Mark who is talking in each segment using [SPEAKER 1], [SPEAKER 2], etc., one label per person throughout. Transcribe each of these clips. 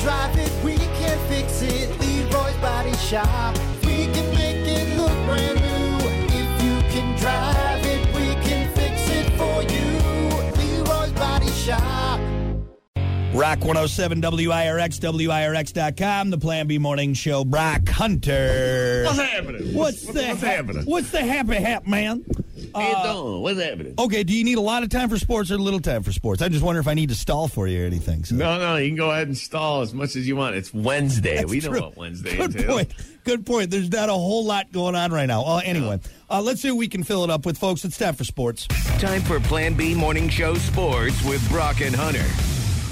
[SPEAKER 1] drive it, we can fix it. Leroy's Body Shop. We can make it look brand new. If you can drive it, we can fix it for you. Leroy's Body Shop.
[SPEAKER 2] Rock 107 WIRX, WIRX.com, the Plan B Morning Show. Brock Hunter.
[SPEAKER 3] What's happening?
[SPEAKER 2] What's, the
[SPEAKER 3] what's
[SPEAKER 2] hap-
[SPEAKER 3] happening?
[SPEAKER 2] What's the happy hap, man?
[SPEAKER 3] Hey,
[SPEAKER 2] Uh,
[SPEAKER 3] Don, what's happening?
[SPEAKER 2] Okay, do you need a lot of time for sports or little time for sports? I just wonder if I need to stall for you or anything. So.
[SPEAKER 3] No, no, you can go ahead and stall as much as you want. It's Wednesday.
[SPEAKER 2] That's
[SPEAKER 3] we
[SPEAKER 2] true.
[SPEAKER 3] know what Wednesday
[SPEAKER 2] Good
[SPEAKER 3] entails.
[SPEAKER 2] point. Good point. There's not a whole lot going on right now. Uh, anyway, uh, let's see what we can fill it up with, folks. It's time for sports.
[SPEAKER 4] Time for Plan B Morning Show Sports with Brock and Hunter.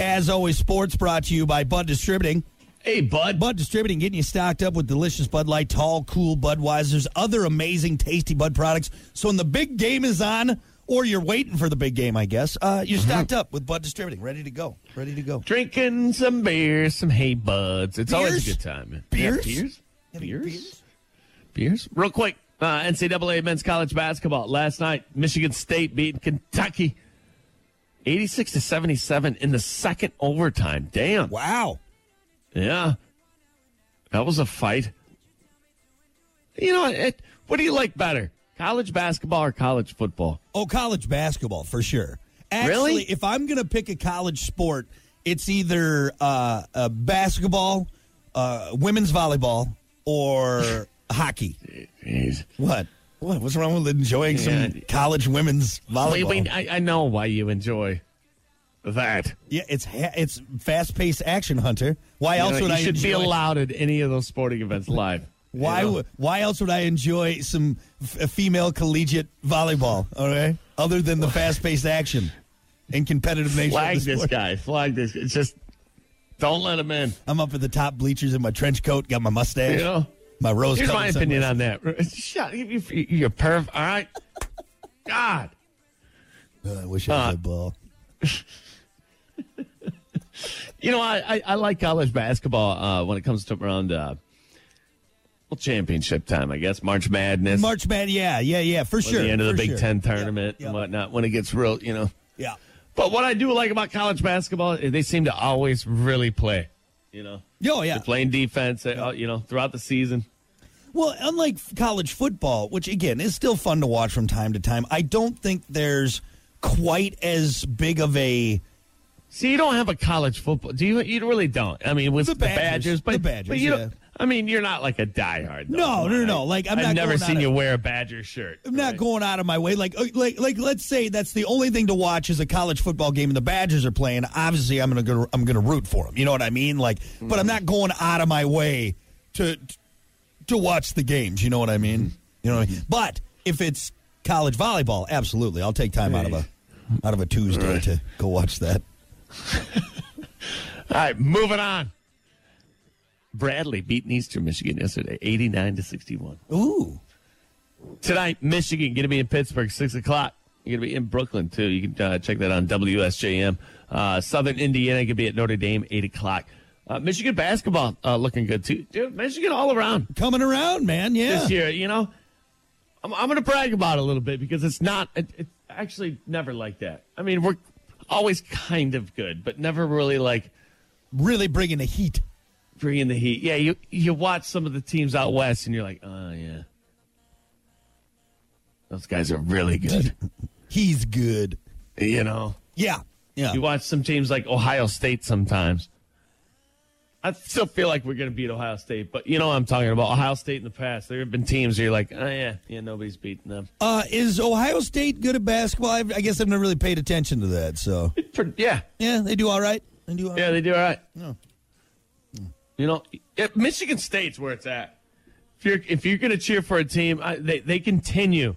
[SPEAKER 2] As always, sports brought to you by Bud Distributing.
[SPEAKER 3] Hey, bud.
[SPEAKER 2] Bud Distributing, getting you stocked up with delicious Bud Light, tall, cool Budweiser's, other amazing, tasty Bud products. So when the big game is on, or you're waiting for the big game, I guess, uh, you're
[SPEAKER 3] Mm-hmm.
[SPEAKER 2] stocked up with Bud Distributing, ready to go, ready to go.
[SPEAKER 3] Drinking some beers, some hay buds. It's always a
[SPEAKER 2] Beers?
[SPEAKER 3] good time. man.
[SPEAKER 2] Beers?
[SPEAKER 3] Yeah, beers?
[SPEAKER 2] Having
[SPEAKER 3] Beers?
[SPEAKER 2] beers?
[SPEAKER 3] Beers? Real quick, uh, NCAA men's college basketball. Last night, Michigan State beat Kentucky 86 to 77 in the second overtime. Damn.
[SPEAKER 2] Wow.
[SPEAKER 3] Yeah. That was a fight. You know, it, what do you like better? College basketball or college football?
[SPEAKER 2] Oh, college basketball for sure. Actually,
[SPEAKER 3] Really?
[SPEAKER 2] if I'm going to pick a college sport, it's either uh, uh, basketball, uh, women's volleyball, or hockey.
[SPEAKER 3] Jeez.
[SPEAKER 2] What? What? What's wrong with enjoying some
[SPEAKER 3] Yeah.
[SPEAKER 2] college women's volleyball?
[SPEAKER 3] Wait, wait, I, I know why you enjoy that.
[SPEAKER 2] Yeah, it's ha- it's fast paced action, Hunter. Why
[SPEAKER 3] You,
[SPEAKER 2] else
[SPEAKER 3] know,
[SPEAKER 2] would
[SPEAKER 3] you
[SPEAKER 2] I
[SPEAKER 3] should
[SPEAKER 2] enjoy?
[SPEAKER 3] be allowed at any of those sporting events live.
[SPEAKER 2] Why
[SPEAKER 3] You know?
[SPEAKER 2] would why else would I enjoy some f- female collegiate volleyball? All right, other than the fast paced action and competitive nature.
[SPEAKER 3] flag
[SPEAKER 2] of the
[SPEAKER 3] this
[SPEAKER 2] sport.
[SPEAKER 3] guy? Flag this. It's just don't let him in.
[SPEAKER 2] I'm up at the top bleachers in my trench coat, got my mustache,
[SPEAKER 3] You know?
[SPEAKER 2] my rose.
[SPEAKER 3] Here's my
[SPEAKER 2] colored
[SPEAKER 3] opinion
[SPEAKER 2] sunglasses.
[SPEAKER 3] on that. Shut you, you, you're perv. All right, God.
[SPEAKER 2] Uh, I wish I was
[SPEAKER 3] Uh,
[SPEAKER 2] a ball.
[SPEAKER 3] You know, I, I, I like college basketball uh, when it comes to around uh, well championship time, I guess. March Madness,
[SPEAKER 2] March Madness, yeah, yeah, yeah, for
[SPEAKER 3] or
[SPEAKER 2] sure.
[SPEAKER 3] the end of the
[SPEAKER 2] for
[SPEAKER 3] Big
[SPEAKER 2] sure.
[SPEAKER 3] Ten tournament
[SPEAKER 2] Yeah, yeah.
[SPEAKER 3] and whatnot. When it gets real, you know.
[SPEAKER 2] Yeah.
[SPEAKER 3] But what I do like about college basketball, is they seem to always really play. You know,
[SPEAKER 2] Yo, yeah.
[SPEAKER 3] they're playing defense. they- uh, you know, throughout the season.
[SPEAKER 2] Well, unlike f- college football, which again is still fun to watch from time to time, I don't think there's quite as big of a
[SPEAKER 3] See, you don't have a college football. Do you? You really don't. I mean, with
[SPEAKER 2] The
[SPEAKER 3] the,
[SPEAKER 2] Badgers.
[SPEAKER 3] Badgers, but
[SPEAKER 2] The Badgers,
[SPEAKER 3] but you don't-
[SPEAKER 2] yeah.
[SPEAKER 3] I mean, you're not like a diehard. though.
[SPEAKER 2] No,
[SPEAKER 3] Come
[SPEAKER 2] no,
[SPEAKER 3] on,
[SPEAKER 2] no,
[SPEAKER 3] I-
[SPEAKER 2] like, I'm
[SPEAKER 3] I've
[SPEAKER 2] not
[SPEAKER 3] never
[SPEAKER 2] going on
[SPEAKER 3] seen
[SPEAKER 2] a-
[SPEAKER 3] you wear a Badger shirt.
[SPEAKER 2] I'm not
[SPEAKER 3] right?
[SPEAKER 2] going out of my way. Like, uh, like, like. Let's say that's the only thing to watch is a college football game, and the Badgers are playing. Obviously, I'm gonna go, I'm gonna root for them. You know what I mean? Like, but I'm not going out of my way to to watch the games. You know what I mean? You know. What I mean? But if it's college volleyball, absolutely, I'll take time out of a out of a Tuesday to go watch that.
[SPEAKER 3] All right, moving on. Bradley beat Eastern Michigan yesterday, 89 to 61.
[SPEAKER 2] Ooh,
[SPEAKER 3] Tonight, Michigan going to be in Pittsburgh, 6 o'clock. You're going to be in Brooklyn, too. You can uh, check that on WSJM. Uh, Southern Indiana going to be at Notre Dame, 8 o'clock. Uh, Michigan basketball uh, looking good, too. Dude, Michigan all around
[SPEAKER 2] coming around, man. Yeah.
[SPEAKER 3] this year, you know. I'm, I'm going to brag about it a little bit because it's not, it, it's actually never like that. I mean, we're always kind of good, but never really like
[SPEAKER 2] Really bringing the heat.
[SPEAKER 3] bringing the heat. Yeah, you you watch some of the teams out west, and you're like, oh yeah, those guys are really good.
[SPEAKER 2] He's good.
[SPEAKER 3] you know,
[SPEAKER 2] Yeah. Yeah.
[SPEAKER 3] you watch some teams like Ohio State sometimes. I still feel like we're going to beat Ohio State, but you know what I'm talking about. Ohio State in the past, there have been teams where you're like, oh yeah, yeah, nobody's beating them.
[SPEAKER 2] Uh, is Ohio State good at basketball? I've, I guess I've never really paid attention to that. So
[SPEAKER 3] For- yeah,
[SPEAKER 2] yeah, they do all right. They do all right.
[SPEAKER 3] yeah, they do all right. You know, yeah, Michigan State's where it's at. If you're if you're going to cheer for a team, I, they they continue.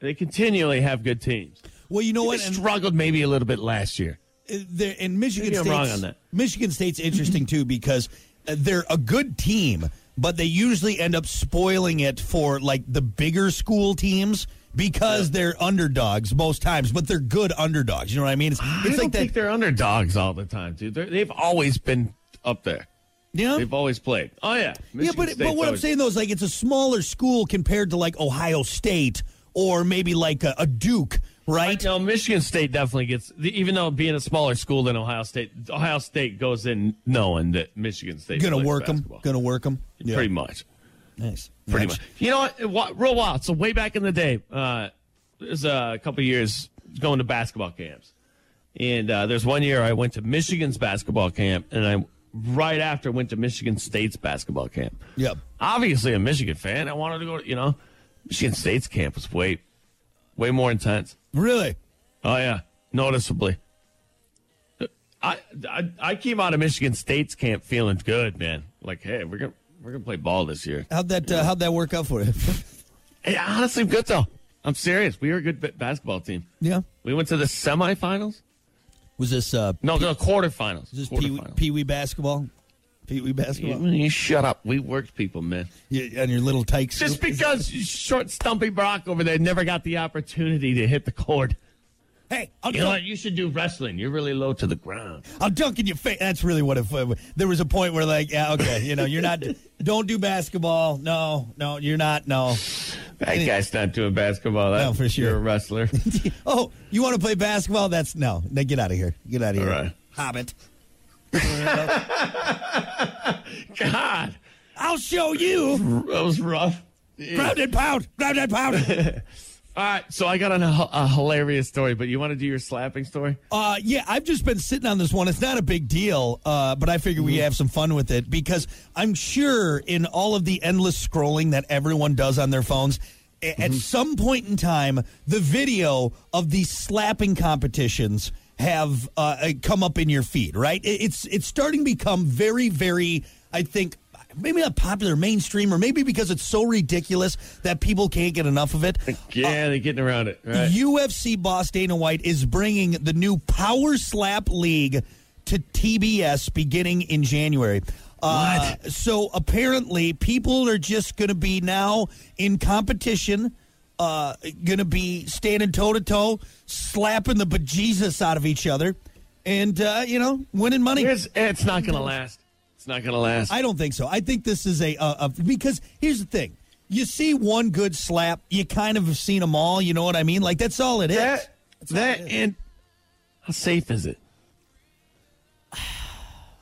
[SPEAKER 3] They continually have good teams.
[SPEAKER 2] Well, you know
[SPEAKER 3] They
[SPEAKER 2] what? And,
[SPEAKER 3] struggled maybe a little bit last year.
[SPEAKER 2] uh, they're- and Michigan
[SPEAKER 3] Maybe I'm
[SPEAKER 2] State's
[SPEAKER 3] wrong on that.
[SPEAKER 2] Michigan State's interesting too because uh, they're a good team, but they usually end up spoiling it for like the bigger school teams because they're underdogs most times. But they're good underdogs. You know what I mean? It's,
[SPEAKER 3] I
[SPEAKER 2] it's
[SPEAKER 3] don't
[SPEAKER 2] like
[SPEAKER 3] think
[SPEAKER 2] that.
[SPEAKER 3] they're underdogs all the time, dude. They're, they've always been up there.
[SPEAKER 2] Yeah.
[SPEAKER 3] They've always played. Oh yeah, Michigan
[SPEAKER 2] yeah, but
[SPEAKER 3] State's
[SPEAKER 2] but what I'm
[SPEAKER 3] always-
[SPEAKER 2] saying though is like it's a smaller school compared to like Ohio State or maybe like a, a Duke right?
[SPEAKER 3] No, Michigan State definitely gets, even though being a smaller school than Ohio State, Ohio State goes in knowing that Michigan State
[SPEAKER 2] Going
[SPEAKER 3] plays
[SPEAKER 2] to work them.
[SPEAKER 3] basketball.
[SPEAKER 2] Going to work them.
[SPEAKER 3] Pretty much.
[SPEAKER 2] Nice.
[SPEAKER 3] Pretty
[SPEAKER 2] Nice.
[SPEAKER 3] much. You know what? Wa- Real wild. So way back in the day, uh, there's a couple years going to basketball camps, and uh, there's one year I went to Michigan's basketball camp, and I right after went to Michigan State's basketball camp.
[SPEAKER 2] Yep.
[SPEAKER 3] Obviously, a Michigan fan. I wanted to go. to, You know, Michigan State's camp was way, way more intense.
[SPEAKER 2] Really?
[SPEAKER 3] Oh yeah, noticeably. I, I I came out of Michigan State's camp feeling good, man. Like, hey, we're gonna we're gonna play ball this year.
[SPEAKER 2] How'd that uh, How'd that work out for you?
[SPEAKER 3] Hey, honestly, good though. I'm serious. We were a good ba- basketball team.
[SPEAKER 2] yeah.
[SPEAKER 3] We went to the semifinals.
[SPEAKER 2] Was this uh
[SPEAKER 3] No, no quarterfinals.
[SPEAKER 2] was this Pee
[SPEAKER 3] quarterfinals.
[SPEAKER 2] Pee Wee basketball? Pee Wee basketball.
[SPEAKER 3] you, you shut up. We worked people, man.
[SPEAKER 2] Yeah, and your little tykes.
[SPEAKER 3] Just because short, stumpy Brock over there never got the opportunity to hit the court.
[SPEAKER 2] hey, I'll
[SPEAKER 3] You know
[SPEAKER 2] dunk,
[SPEAKER 3] what? You should do wrestling. You're really low to the ground.
[SPEAKER 2] I'll dunk in your face. That's really what if uh, there was a point where like, yeah, okay, you know, you're not. don't do basketball. No, no, you're not. No.
[SPEAKER 3] That guy's not doing basketball. That,
[SPEAKER 2] No, for sure.
[SPEAKER 3] You're a wrestler.
[SPEAKER 2] Oh, you want to play basketball? That's no. Now get out of here. Get out of here.
[SPEAKER 3] All right.
[SPEAKER 2] Hobbit.
[SPEAKER 3] God,
[SPEAKER 2] I'll show you.
[SPEAKER 3] that was rough.
[SPEAKER 2] Ground and pound. Ground and pound.
[SPEAKER 3] All right, so I got on a, a hilarious story, but you want to do your slapping story?
[SPEAKER 2] Uh, yeah, I've just been sitting on this one. It's not a big deal, uh, but I figure we have some fun with it because I'm sure in all of the endless scrolling that everyone does on their phones, a- at some point in time, the video of these slapping competitions have uh, uh, come up in your feed, right? It- It's it's starting to become very, very, I think, maybe not popular mainstream, or maybe because it's so ridiculous that people can't get enough of it.
[SPEAKER 3] Uh, Yeah, they're getting around it. All right.
[SPEAKER 2] UFC boss Dana White is bringing the new Power Slap League to TBS beginning in January. Uh, so apparently, people are just going to be now in competition, uh, going to be standing toe to toe, slapping the bejesus out of each other, and uh, you know, winning money.
[SPEAKER 3] Here's- it's not going to last. It's not going to last.
[SPEAKER 2] I don't think so. I think this is a, uh, a because here's the thing: you see one good slap, you kind of have seen them all. You know what I mean? Like that's all it is.
[SPEAKER 3] that that and how safe is it?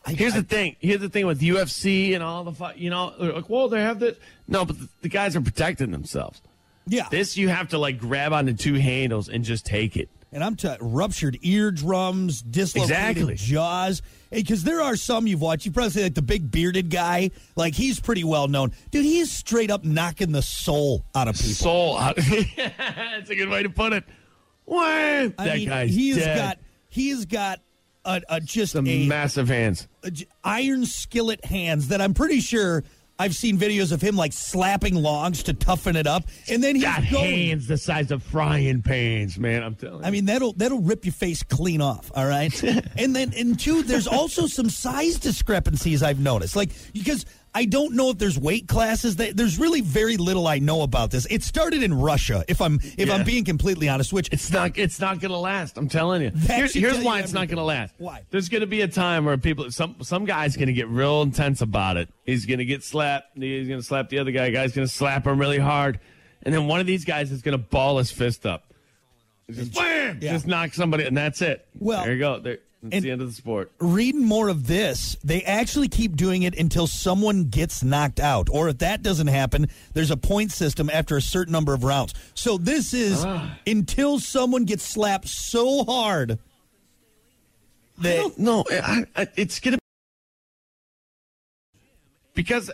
[SPEAKER 2] I-
[SPEAKER 3] Here's
[SPEAKER 2] I-
[SPEAKER 3] the thing. Here's the thing with UFC and all the fight. You know, they're like, well, they have this. No, but the, the guys are protecting themselves.
[SPEAKER 2] yeah.
[SPEAKER 3] This you have to like grab onto two handles and just take it.
[SPEAKER 2] and I'm t- ruptured eardrums, dislocated
[SPEAKER 3] Exactly.
[SPEAKER 2] jaws. Because there are some you've watched. You probably see like the big bearded guy. Like he's pretty well known, dude. He is straight up knocking the soul out of people.
[SPEAKER 3] Soul. out- That's a good way to put it. What?
[SPEAKER 2] I
[SPEAKER 3] that
[SPEAKER 2] mean,
[SPEAKER 3] guy's
[SPEAKER 2] he's
[SPEAKER 3] dead.
[SPEAKER 2] got he's got a, a just
[SPEAKER 3] some
[SPEAKER 2] a
[SPEAKER 3] massive hands.
[SPEAKER 2] j- iron skillet hands that I'm pretty sure I've seen videos of him like slapping logs to toughen it up, and then he's
[SPEAKER 3] Got
[SPEAKER 2] going.
[SPEAKER 3] hands the size of frying pans, man. I'm telling you.
[SPEAKER 2] I mean that'll that'll rip your face clean off, all right. and then and two, there's also some size discrepancies I've noticed, like because I don't know if there's weight classes. That there's really very little I know about this. It started in Russia, if I'm if
[SPEAKER 3] Yeah.
[SPEAKER 2] I'm being completely honest. Which
[SPEAKER 3] It's not. It's not going to last. I'm telling you.
[SPEAKER 2] That
[SPEAKER 3] Here's,
[SPEAKER 2] should
[SPEAKER 3] here's
[SPEAKER 2] tell
[SPEAKER 3] why
[SPEAKER 2] you
[SPEAKER 3] it's not
[SPEAKER 2] everything.
[SPEAKER 3] going to last.
[SPEAKER 2] Why?
[SPEAKER 3] There's going to be a time where people. Some some guy's going to get real intense about it. He's going to get slapped. He's going to slap the other guy. Guy's going to slap him really hard, and then one of these guys is going to ball his fist up. Just wham!
[SPEAKER 2] Yeah.
[SPEAKER 3] Just knock somebody, and that's it.
[SPEAKER 2] Well,
[SPEAKER 3] there you go. There, that's
[SPEAKER 2] and-
[SPEAKER 3] the end of the sport.
[SPEAKER 2] reading more of this, they actually keep doing it until someone gets knocked out. Or if that doesn't happen, there's a point system after a certain number of rounds. So this is
[SPEAKER 3] Ah.
[SPEAKER 2] until someone gets slapped so hard that
[SPEAKER 3] No, I, I, it's gonna because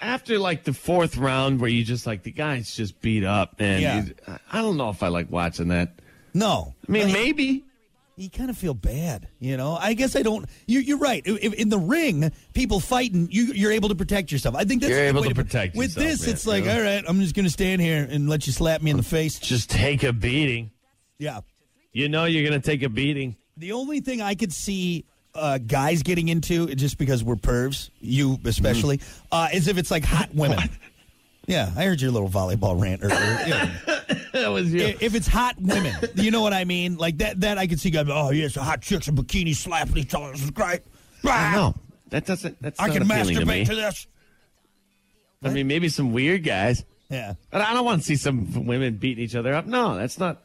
[SPEAKER 3] after like the fourth round, where you just like the guy's just beat up, man.
[SPEAKER 2] Yeah.
[SPEAKER 3] He's- I- I don't know if I like watching that.
[SPEAKER 2] no.
[SPEAKER 3] I mean, maybe.
[SPEAKER 2] you kind of feel bad, you know. I guess I don't. You, you're right. I- I- In the ring, people fighting, you, you're able to protect yourself. I think that's
[SPEAKER 3] You're
[SPEAKER 2] the
[SPEAKER 3] able
[SPEAKER 2] way
[SPEAKER 3] to protect
[SPEAKER 2] With
[SPEAKER 3] yourself,
[SPEAKER 2] this,
[SPEAKER 3] yeah,
[SPEAKER 2] it's like,
[SPEAKER 3] yeah.
[SPEAKER 2] all right, I'm just going to stand here and let you slap me in the face.
[SPEAKER 3] Just take a beating.
[SPEAKER 2] Yeah.
[SPEAKER 3] You know, you're gonna take a beating.
[SPEAKER 2] The only thing I could see uh, guys getting into, just because we're pervs, you especially,
[SPEAKER 3] Mm-hmm.
[SPEAKER 2] uh, is if it's like hot women. yeah, I heard your little volleyball rant earlier. Yeah.
[SPEAKER 3] That was you.
[SPEAKER 2] I- if it's hot women, you know what I mean? Like that, that I could see guys, oh, yes, hot chicks in bikinis slapping each other. This is great. Rah!
[SPEAKER 3] no, that doesn't. That's
[SPEAKER 2] I
[SPEAKER 3] not
[SPEAKER 2] can
[SPEAKER 3] appealing to me.
[SPEAKER 2] masturbate to this.
[SPEAKER 3] I mean, maybe some weird guys,
[SPEAKER 2] Yeah.
[SPEAKER 3] but I don't want to see some women beating each other up. No, that's not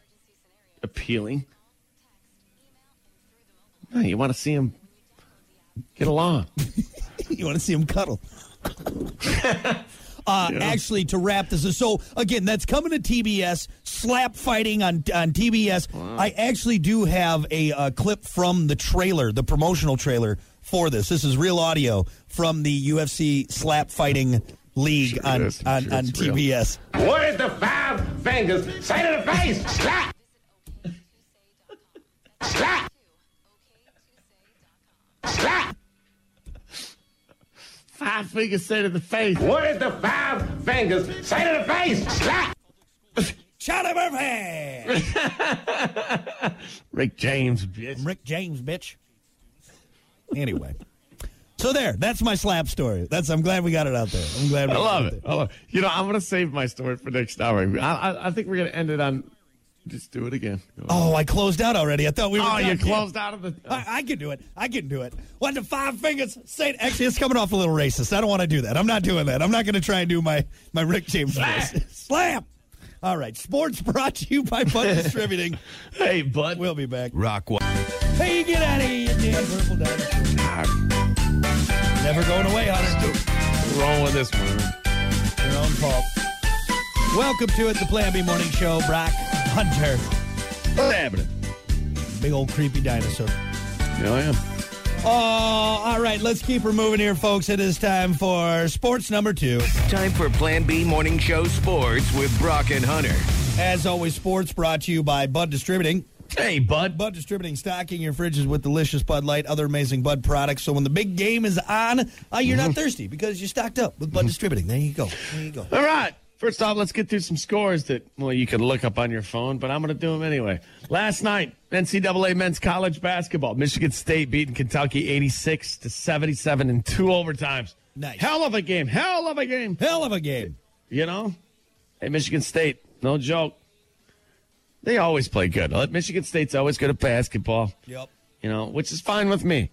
[SPEAKER 3] appealing. No, you want to see them get along.
[SPEAKER 2] you want to see him cuddle. uh, Actually, to wrap this, is- so again, that's coming to TBS. Slap fighting on on TBS. I actually do have a uh, clip from the trailer, the promotional trailer for this. This is real audio from the UFC slap fighting league
[SPEAKER 3] Sure
[SPEAKER 2] on
[SPEAKER 3] is.
[SPEAKER 2] on,
[SPEAKER 3] Sure
[SPEAKER 2] on
[SPEAKER 3] it's real.
[SPEAKER 2] TBS.
[SPEAKER 5] What is the five fingers? Say to the face, slap! Slap! Slap!
[SPEAKER 3] Five fingers set in the face.
[SPEAKER 5] What is the five fingers? Say to the face, slap!
[SPEAKER 2] Shot of Irving,
[SPEAKER 3] Rick James, bitch.
[SPEAKER 2] Rick James, bitch. Anyway. So there, that's my slap story. That's I'm glad we got it out there. I'm glad we
[SPEAKER 3] I
[SPEAKER 2] got
[SPEAKER 3] love
[SPEAKER 2] out
[SPEAKER 3] it.
[SPEAKER 2] there.
[SPEAKER 3] I love it. You know, I'm going to save my story for next hour. I, I, I think we're going to end it on just do it again.
[SPEAKER 2] Oh, I closed out already. I thought we were.
[SPEAKER 3] Oh,
[SPEAKER 2] done.
[SPEAKER 3] you closed out of the.
[SPEAKER 2] I, I can do it. I can do it. One to five fingers. Say actually, it's coming off a little racist. I don't want to do that. I'm not doing that. I'm not going to try and do my my Rick James voice. Slam. All right. Sports brought to you by Bud Distributing.
[SPEAKER 3] hey, bud.
[SPEAKER 2] We'll be back.
[SPEAKER 4] Rock one.
[SPEAKER 2] Hey, get out of here, you damn purple dinosaur. Never going away, Hunter.
[SPEAKER 3] Roll with this one.
[SPEAKER 2] Your own fault. Welcome to it, the Plan B Morning Show. Brock Hunter,
[SPEAKER 3] What's happening?
[SPEAKER 2] big old creepy dinosaur.
[SPEAKER 3] Yeah, I am.
[SPEAKER 2] Oh, all right. Let's keep her moving here, folks. It is time for sports number two.
[SPEAKER 4] Time for Plan B Morning Show Sports with Brock and Hunter.
[SPEAKER 2] As always, sports brought to you by Bud Distributing.
[SPEAKER 3] Hey, bud.
[SPEAKER 2] Bud Distributing, stocking your fridges with delicious Bud Light, other amazing Bud products. So when the big game is on, uh, you're
[SPEAKER 3] Mm-hmm.
[SPEAKER 2] not thirsty because you stocked up with Bud Distributing. There you go. There you go.
[SPEAKER 3] All right. First off, let's get through some scores that, well, you could look up on your phone, but I'm going to do them anyway. Last night, NCAA men's college basketball. Michigan State beating Kentucky 86 to 77 in two overtimes.
[SPEAKER 2] Nice.
[SPEAKER 3] Hell of a game. Hell of a game.
[SPEAKER 2] Hell of a game.
[SPEAKER 3] You know? Hey, Michigan State, no joke. They always play good. Michigan State's always good at basketball.
[SPEAKER 2] Yep.
[SPEAKER 3] you know, which is fine with me,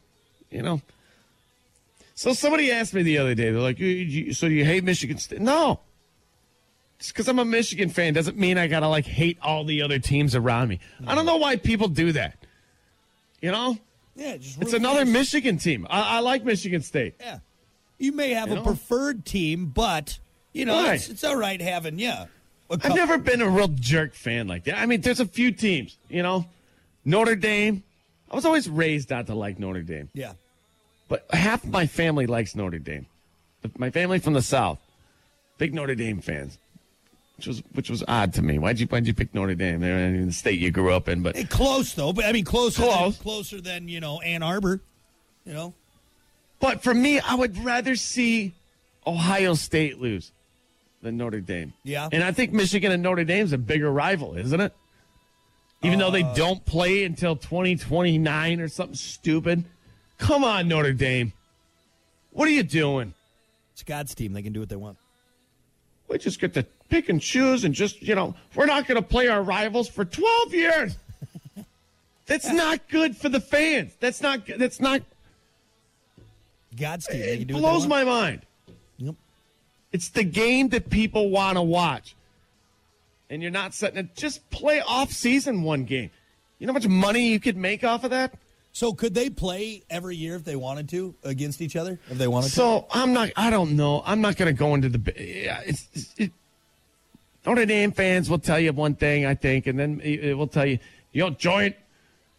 [SPEAKER 3] you know. So somebody asked me the other day, they're like, "You- you- "So you hate Michigan State?" No, just because I'm a Michigan fan doesn't mean I gotta like hate all the other teams around me. I don't know why people do that. You know,
[SPEAKER 2] Yeah, just
[SPEAKER 3] it's
[SPEAKER 2] really
[SPEAKER 3] another
[SPEAKER 2] nice.
[SPEAKER 3] Michigan team. I, I like Michigan State.
[SPEAKER 2] Yeah. You may have
[SPEAKER 3] You
[SPEAKER 2] a
[SPEAKER 3] know?
[SPEAKER 2] preferred team, but, you know,
[SPEAKER 3] Right.
[SPEAKER 2] it's, it's all right having, yeah. a
[SPEAKER 3] I've
[SPEAKER 2] couple-
[SPEAKER 3] never been a real jerk fan like that. I mean, there's a few teams, you know, Notre Dame. I was always raised not to like Notre Dame.
[SPEAKER 2] Yeah.
[SPEAKER 3] but half my family likes Notre Dame. My family from the South, big Notre Dame fans, which was which was odd to me. Why'd you why'd you pick Notre Dame? They're in the state you grew up in, but
[SPEAKER 2] Hey, close, though. But, I mean, closer,
[SPEAKER 3] Close.
[SPEAKER 2] Than, closer than, you know, Ann Arbor, you know?
[SPEAKER 3] but for me, I would rather see Ohio State lose than Notre Dame.
[SPEAKER 2] Yeah.
[SPEAKER 3] and I think Michigan and Notre Dame's a bigger rival, isn't it? Even though they don't play until 2029 or something stupid. Come on, Notre Dame. What are you doing?
[SPEAKER 2] It's God's team. They can do what they want.
[SPEAKER 3] we just get to pick and choose and just you know we're not going to play our rivals for 12 years that's not good for the fans that's not good that's not
[SPEAKER 2] God's team. They can
[SPEAKER 3] it
[SPEAKER 2] do what
[SPEAKER 3] blows
[SPEAKER 2] they want.
[SPEAKER 3] my mind
[SPEAKER 2] Yep.
[SPEAKER 3] it's the game that people want to watch and you're not setting it just play off season one game you know how much money you could make off of that
[SPEAKER 2] So could they play every year if they wanted to against each other if they wanted to?
[SPEAKER 3] So I'm not. I don't know. I'm not going to go into the. yeah, It's, it's, it, Notre Dame fans will tell you one thing, I think, and then it it will tell you, you know, join,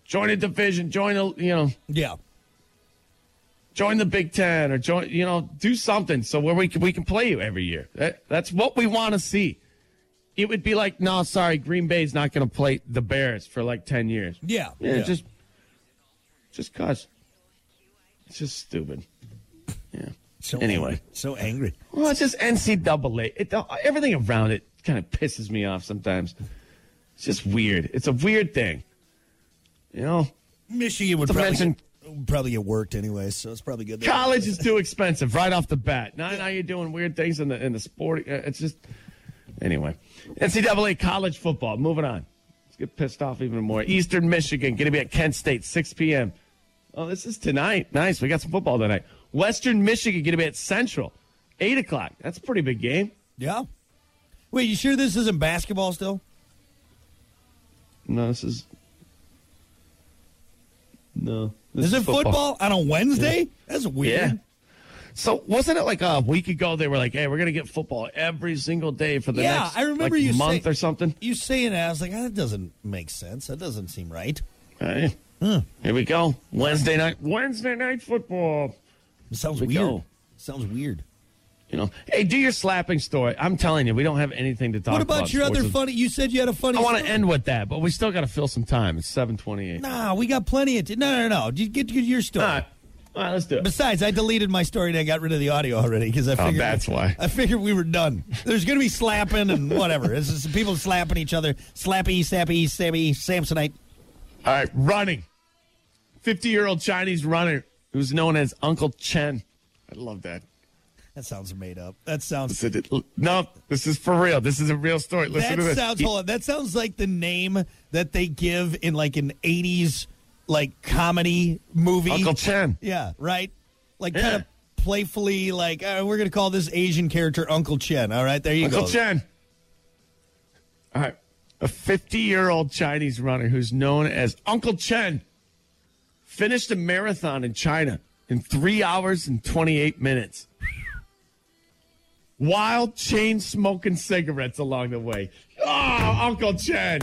[SPEAKER 3] join a division, join a, you know,
[SPEAKER 2] Yeah.
[SPEAKER 3] join the Big Ten or join, you know, do something so where we can we can play you every year. That, that's what we want to see. It would be like, no, sorry, Green Bay's not going to play the Bears for like ten years.
[SPEAKER 2] Yeah.
[SPEAKER 3] Yeah,
[SPEAKER 2] Yeah.
[SPEAKER 3] just just cause. It's just stupid. Yeah.
[SPEAKER 2] So
[SPEAKER 3] anyway.
[SPEAKER 2] angry. so angry.
[SPEAKER 3] Well, it's just NCAA. It, everything around it kind of pisses me off sometimes. It's just weird. It's a weird thing. You know,
[SPEAKER 2] Michigan would
[SPEAKER 3] To
[SPEAKER 2] probably
[SPEAKER 3] mention-
[SPEAKER 2] get, probably get worked anyway, so it's probably good.
[SPEAKER 3] college is too expensive right off the bat. Now, now you're doing weird things in the in the sport. uh, It's just anyway. NCAA college football. Moving on. Let's get pissed off even more. Eastern Michigan going to be at Kent State 6 p.m. Oh, this is tonight. Nice. We got some football tonight. Western Michigan going to be at Central 8 o'clock. That's a pretty big game.
[SPEAKER 2] Yeah. Wait, you sure this isn't basketball still?
[SPEAKER 3] No, this is. No. This
[SPEAKER 2] Is it football on a Wednesday? That's
[SPEAKER 3] Yeah.
[SPEAKER 2] weird.
[SPEAKER 3] So wasn't it like a week ago they were like, "Hey, we're gonna get football every single day for the
[SPEAKER 2] Yeah,
[SPEAKER 3] next
[SPEAKER 2] I remember
[SPEAKER 3] like,
[SPEAKER 2] you
[SPEAKER 3] month
[SPEAKER 2] say-
[SPEAKER 3] or something."
[SPEAKER 2] You saying that? I was like, "Ah, that doesn't make sense. That doesn't seem right.
[SPEAKER 3] Hey, Here we go. Wednesday night. Wednesday night football.
[SPEAKER 2] It sounds
[SPEAKER 3] We
[SPEAKER 2] weird.
[SPEAKER 3] go.
[SPEAKER 2] Sounds weird.
[SPEAKER 3] You know. Hey, do your slapping story. I'm telling you, we don't have anything to talk
[SPEAKER 2] What
[SPEAKER 3] about.
[SPEAKER 2] about your other
[SPEAKER 3] sports.
[SPEAKER 2] funny? You said you had a funny.
[SPEAKER 3] I want to
[SPEAKER 2] story.
[SPEAKER 3] end with that, but we still got to fill some time. It's 7:28.
[SPEAKER 2] Nah, we got plenty of. T- no, no, no. Did you get to your story?
[SPEAKER 3] All right. All right, let's do it.
[SPEAKER 2] Besides, I deleted my story and I got rid of the audio already because I
[SPEAKER 3] Oh,
[SPEAKER 2] figured
[SPEAKER 3] that's why.
[SPEAKER 2] I figured we were done. There's going to be slapping and whatever. This is people slapping each other. Slappy, sappy, sappy, Samsonite.
[SPEAKER 3] All right, running. 50-year-old Chinese runner who's known as Uncle Chen. I love that.
[SPEAKER 2] That sounds made up. That sounds.
[SPEAKER 3] Said it- No, this is for real. This is a real story. Listen
[SPEAKER 2] That
[SPEAKER 3] to this.
[SPEAKER 2] sounds.
[SPEAKER 3] He-
[SPEAKER 2] Hold on. That sounds like the name that they give in like an '80s like comedy movie.
[SPEAKER 3] Uncle Chen.
[SPEAKER 2] Yeah. Right. Like
[SPEAKER 3] Yeah.
[SPEAKER 2] kind of playfully like "All right, we're going to call this Asian character Uncle Chen. All right, there you
[SPEAKER 3] Uncle
[SPEAKER 2] go.
[SPEAKER 3] Chen. All right. A 50 year old Chinese runner who's known as Uncle Chen finished a marathon in China in three hours and 28 minutes while chain smoking cigarettes along the way. Oh, Uncle Chen.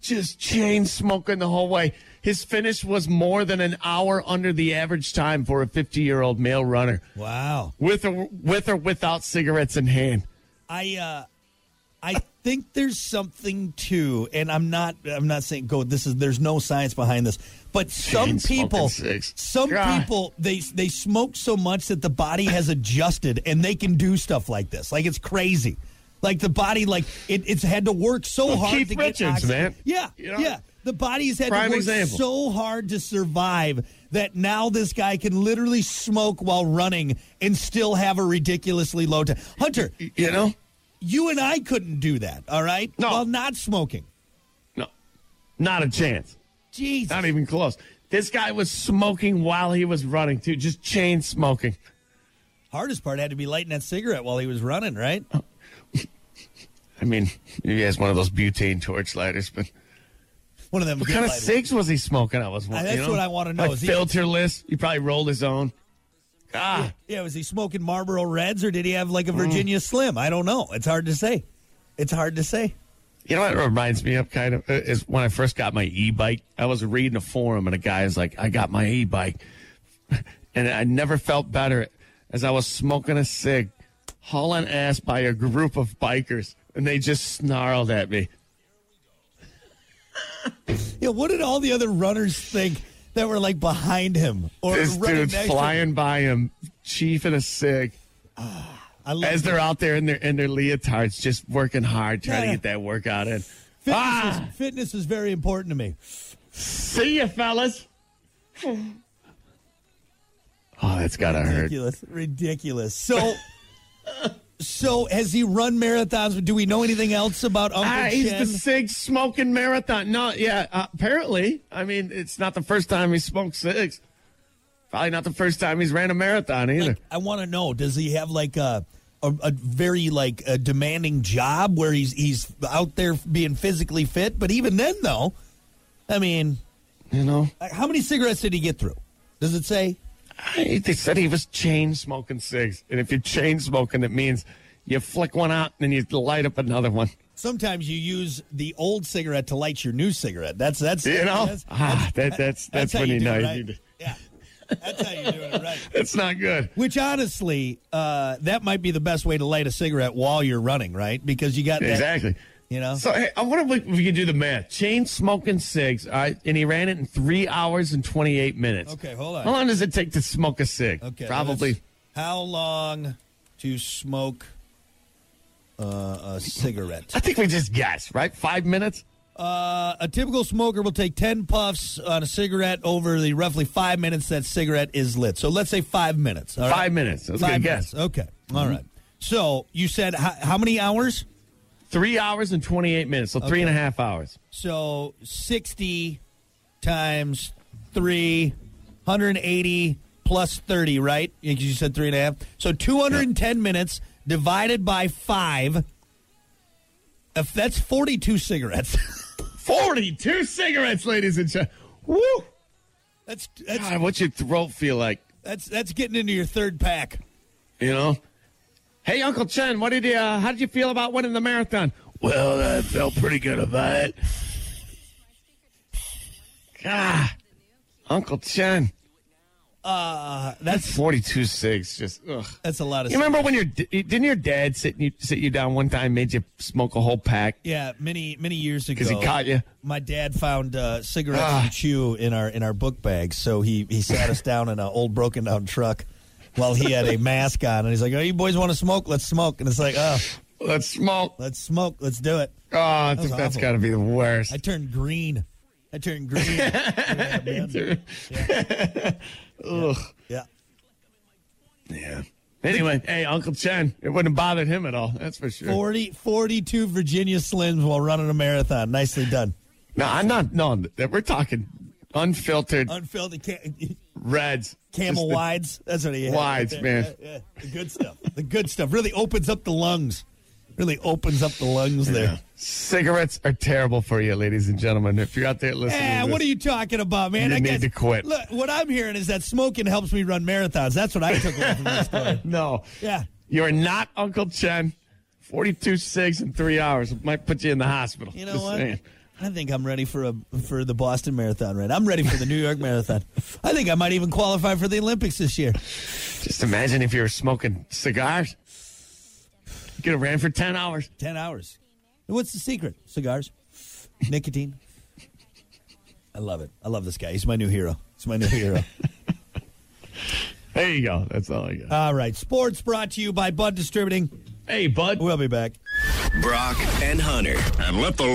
[SPEAKER 3] Just chain smoking the whole way. His finish was more than an hour under the average time for a 50 year old male runner
[SPEAKER 2] Wow.
[SPEAKER 3] with or with or without cigarettes in hand.
[SPEAKER 2] I uh I think there's something to and I'm not I'm not saying go this is there's no science behind this but some
[SPEAKER 3] Chain smoking
[SPEAKER 2] people
[SPEAKER 3] six.
[SPEAKER 2] some
[SPEAKER 3] God.
[SPEAKER 2] people they they smoke so much that the body has adjusted and they can do stuff like this like it's crazy like the body like it, it's had to work so
[SPEAKER 3] Well,
[SPEAKER 2] hard
[SPEAKER 3] Keith
[SPEAKER 2] to get
[SPEAKER 3] Richards,
[SPEAKER 2] oxygen.
[SPEAKER 3] man.
[SPEAKER 2] yeah
[SPEAKER 3] You know?
[SPEAKER 2] yeah the body's had
[SPEAKER 3] Prime
[SPEAKER 2] to work
[SPEAKER 3] example.
[SPEAKER 2] so hard to survive that now this guy can literally smoke while running and still have a ridiculously low time hunter
[SPEAKER 3] You know?
[SPEAKER 2] you and I couldn't do that, all right?
[SPEAKER 3] No.
[SPEAKER 2] While not smoking.
[SPEAKER 3] No. Not a chance.
[SPEAKER 2] Jesus.
[SPEAKER 3] Not even close. This guy was smoking while he was running too, just chain smoking. e-
[SPEAKER 2] Hardest part had to be lighting that cigarette while he was running, right?
[SPEAKER 3] Oh, I mean, he has one of those butane torch lighters, but
[SPEAKER 2] One of them.
[SPEAKER 3] what
[SPEAKER 2] good
[SPEAKER 3] kind of
[SPEAKER 2] lighters.
[SPEAKER 3] cigs was he smoking? I was
[SPEAKER 2] Uh,
[SPEAKER 3] wondering.
[SPEAKER 2] that's
[SPEAKER 3] you know?
[SPEAKER 2] what I wanna know.
[SPEAKER 3] Like
[SPEAKER 2] Is he-
[SPEAKER 3] filterless. He probably rolled his own. Ah,
[SPEAKER 2] Yeah, was he smoking Marlboro Reds or did he have
[SPEAKER 3] Mm.
[SPEAKER 2] like a Virginia Slim? I don't know. It's hard to say. It's hard to say.
[SPEAKER 3] You know what it reminds me of kind of Uh, is when I first got my e-bike. I was reading a forum and a guy is like, "I got my e-bike," and I never felt better as I was smoking a cig, hauling ass by a group of bikers, and they just snarled at me.
[SPEAKER 2] Yeah, what did all the other runners think that were like behind him or
[SPEAKER 3] This
[SPEAKER 2] running
[SPEAKER 3] dude's
[SPEAKER 2] next To him?
[SPEAKER 3] flying by him, chief in a cig,
[SPEAKER 2] I love
[SPEAKER 3] as they're out there in their in their leotards, just working hard, trying
[SPEAKER 2] Yeah.
[SPEAKER 3] to get that workout in.
[SPEAKER 2] fitness,
[SPEAKER 3] ah!
[SPEAKER 2] is, fitness is very important to me.
[SPEAKER 3] See ya, fellas. oh, that's gotta hurt.
[SPEAKER 2] Ridiculous. Ridiculous. So. So has he run marathons? Do we know anything else about Uncle
[SPEAKER 3] Ah, he's
[SPEAKER 2] Chen?
[SPEAKER 3] the cig smoking marathon. No, yeah, uh, apparently. I mean, it's not the first time he smoked cigs. Probably not the first time he's ran a marathon either.
[SPEAKER 2] Like, I want to know: Does he have like a a, a very like a demanding job where he's he's out there being physically fit? But even then, though, I mean,
[SPEAKER 3] you know,
[SPEAKER 2] like, how many cigarettes did he get through? Does it say?
[SPEAKER 3] I, they said he was chain smoking cigs, and if you're chain smoking, it means you flick one out and then you light up another one.
[SPEAKER 2] Sometimes you use the old cigarette to light your new cigarette. That's that's
[SPEAKER 3] You know,
[SPEAKER 2] that's,
[SPEAKER 3] ah, that, that's that's,
[SPEAKER 2] how
[SPEAKER 3] when you
[SPEAKER 2] do
[SPEAKER 3] know
[SPEAKER 2] it
[SPEAKER 3] you
[SPEAKER 2] right.
[SPEAKER 3] need to-
[SPEAKER 2] Yeah, that's how you do it right.
[SPEAKER 3] It's not good.
[SPEAKER 2] Which honestly, uh, that might be the best way to light a cigarette while you're running, right? Because you got that,
[SPEAKER 3] Exactly.
[SPEAKER 2] You know,
[SPEAKER 3] So hey, I wonder if we, if we could do the math. Chain smoking cigs, all right, and he ran it in three hours and twenty eight minutes.
[SPEAKER 2] Okay, hold on.
[SPEAKER 3] How long does it take to smoke a cig?
[SPEAKER 2] Okay.
[SPEAKER 3] probably.
[SPEAKER 2] let's- How long to smoke uh, a cigarette?
[SPEAKER 3] I think we just guess, right? Five minutes.
[SPEAKER 2] Uh, a typical smoker will take 10 puffs on a cigarette over the roughly five minutes that cigarette is lit. So let's say five minutes. all right?
[SPEAKER 3] Five minutes. That's a
[SPEAKER 2] Five
[SPEAKER 3] good guess.
[SPEAKER 2] minutes. Okay. all right. So you said how, how many hours?
[SPEAKER 3] Three hours and twenty eight minutes. So three and a half hours.
[SPEAKER 2] So 60 times three, 180 plus 30, right? Because you said three and a half. So 210 minutes divided by five. If that's 42 cigarettes.
[SPEAKER 3] 42 cigarettes, ladies and gentlemen. Woo!
[SPEAKER 2] that's that's
[SPEAKER 3] God, what's your throat feel like?
[SPEAKER 2] that's that's getting into your third pack.
[SPEAKER 3] You know? Hey, Uncle Chen, what did you, uh, how did you feel about winning the marathon? Well, I felt pretty good about it. God, Uncle Chen,
[SPEAKER 2] That's
[SPEAKER 3] 42 cigs, just ugh.
[SPEAKER 2] that's a lot of.
[SPEAKER 3] You remember when your didn't your dad sit you sit you down one time, made you smoke a whole pack?
[SPEAKER 2] Yeah, many many years ago.
[SPEAKER 3] 'Cause he caught you?
[SPEAKER 2] My dad found uh, cigarettes
[SPEAKER 3] Ah.
[SPEAKER 2] and chew in our in our book bag, so he he sat us down in an old broken down truck while he had a mask on, and he's like, "Oh, you boys want to smoke? Let's smoke." And it's like, "Oh,
[SPEAKER 3] Let's smoke.
[SPEAKER 2] let's smoke. Let's do it."
[SPEAKER 3] Oh, I think
[SPEAKER 2] was
[SPEAKER 3] that's
[SPEAKER 2] awful.
[SPEAKER 3] got to be the worst.
[SPEAKER 2] I turned green. I turned green. yeah, man.
[SPEAKER 3] Ugh.
[SPEAKER 2] yeah.
[SPEAKER 3] Yeah. Anyway, hey, Uncle Chen, it wouldn't have bothered him at all. That's for sure.
[SPEAKER 2] 40, 42 Virginia Slims while running a marathon. Nicely done.
[SPEAKER 3] No, I'm not. No, that we're talking unfiltered
[SPEAKER 2] Unfilled ca-
[SPEAKER 3] reds.
[SPEAKER 2] camel
[SPEAKER 3] Just the-
[SPEAKER 2] wides. That's what he had.
[SPEAKER 3] Wides,
[SPEAKER 2] Yeah,
[SPEAKER 3] man.
[SPEAKER 2] yeah, the good stuff. The good stuff really opens up the lungs. Really opens up the lungs there.
[SPEAKER 3] Cigarettes are terrible for you, ladies and gentlemen. If you're out there listening,
[SPEAKER 2] Yeah,
[SPEAKER 3] to
[SPEAKER 2] Eh, what are
[SPEAKER 3] this,
[SPEAKER 2] you talking about, man?
[SPEAKER 3] You
[SPEAKER 2] I
[SPEAKER 3] need
[SPEAKER 2] guess,
[SPEAKER 3] to quit.
[SPEAKER 2] Look, what I'm hearing is that smoking helps me run marathons. That's what I took away from this story.
[SPEAKER 3] No,
[SPEAKER 2] Yeah.
[SPEAKER 3] you're not Uncle Chen. Forty-two cigs in three hours It might put you in the hospital.
[SPEAKER 2] You know
[SPEAKER 3] Just
[SPEAKER 2] what?
[SPEAKER 3] saying.
[SPEAKER 2] I think I'm ready for a for the Boston Marathon. Right, I'm ready for the New York Marathon. I think I might even qualify for the Olympics this year.
[SPEAKER 3] Just imagine if you were smoking cigars. You could have ran for ten hours.
[SPEAKER 2] Ten hours. What's the secret? Cigars, nicotine. I love it. I love this guy. He's my new hero. He's my new hero.
[SPEAKER 3] There you go. That's all I got.
[SPEAKER 2] All right, sports brought to you by Bud Distributing.
[SPEAKER 3] hey, bud.
[SPEAKER 2] We'll be back.
[SPEAKER 4] Brock and Hunter.
[SPEAKER 6] and let the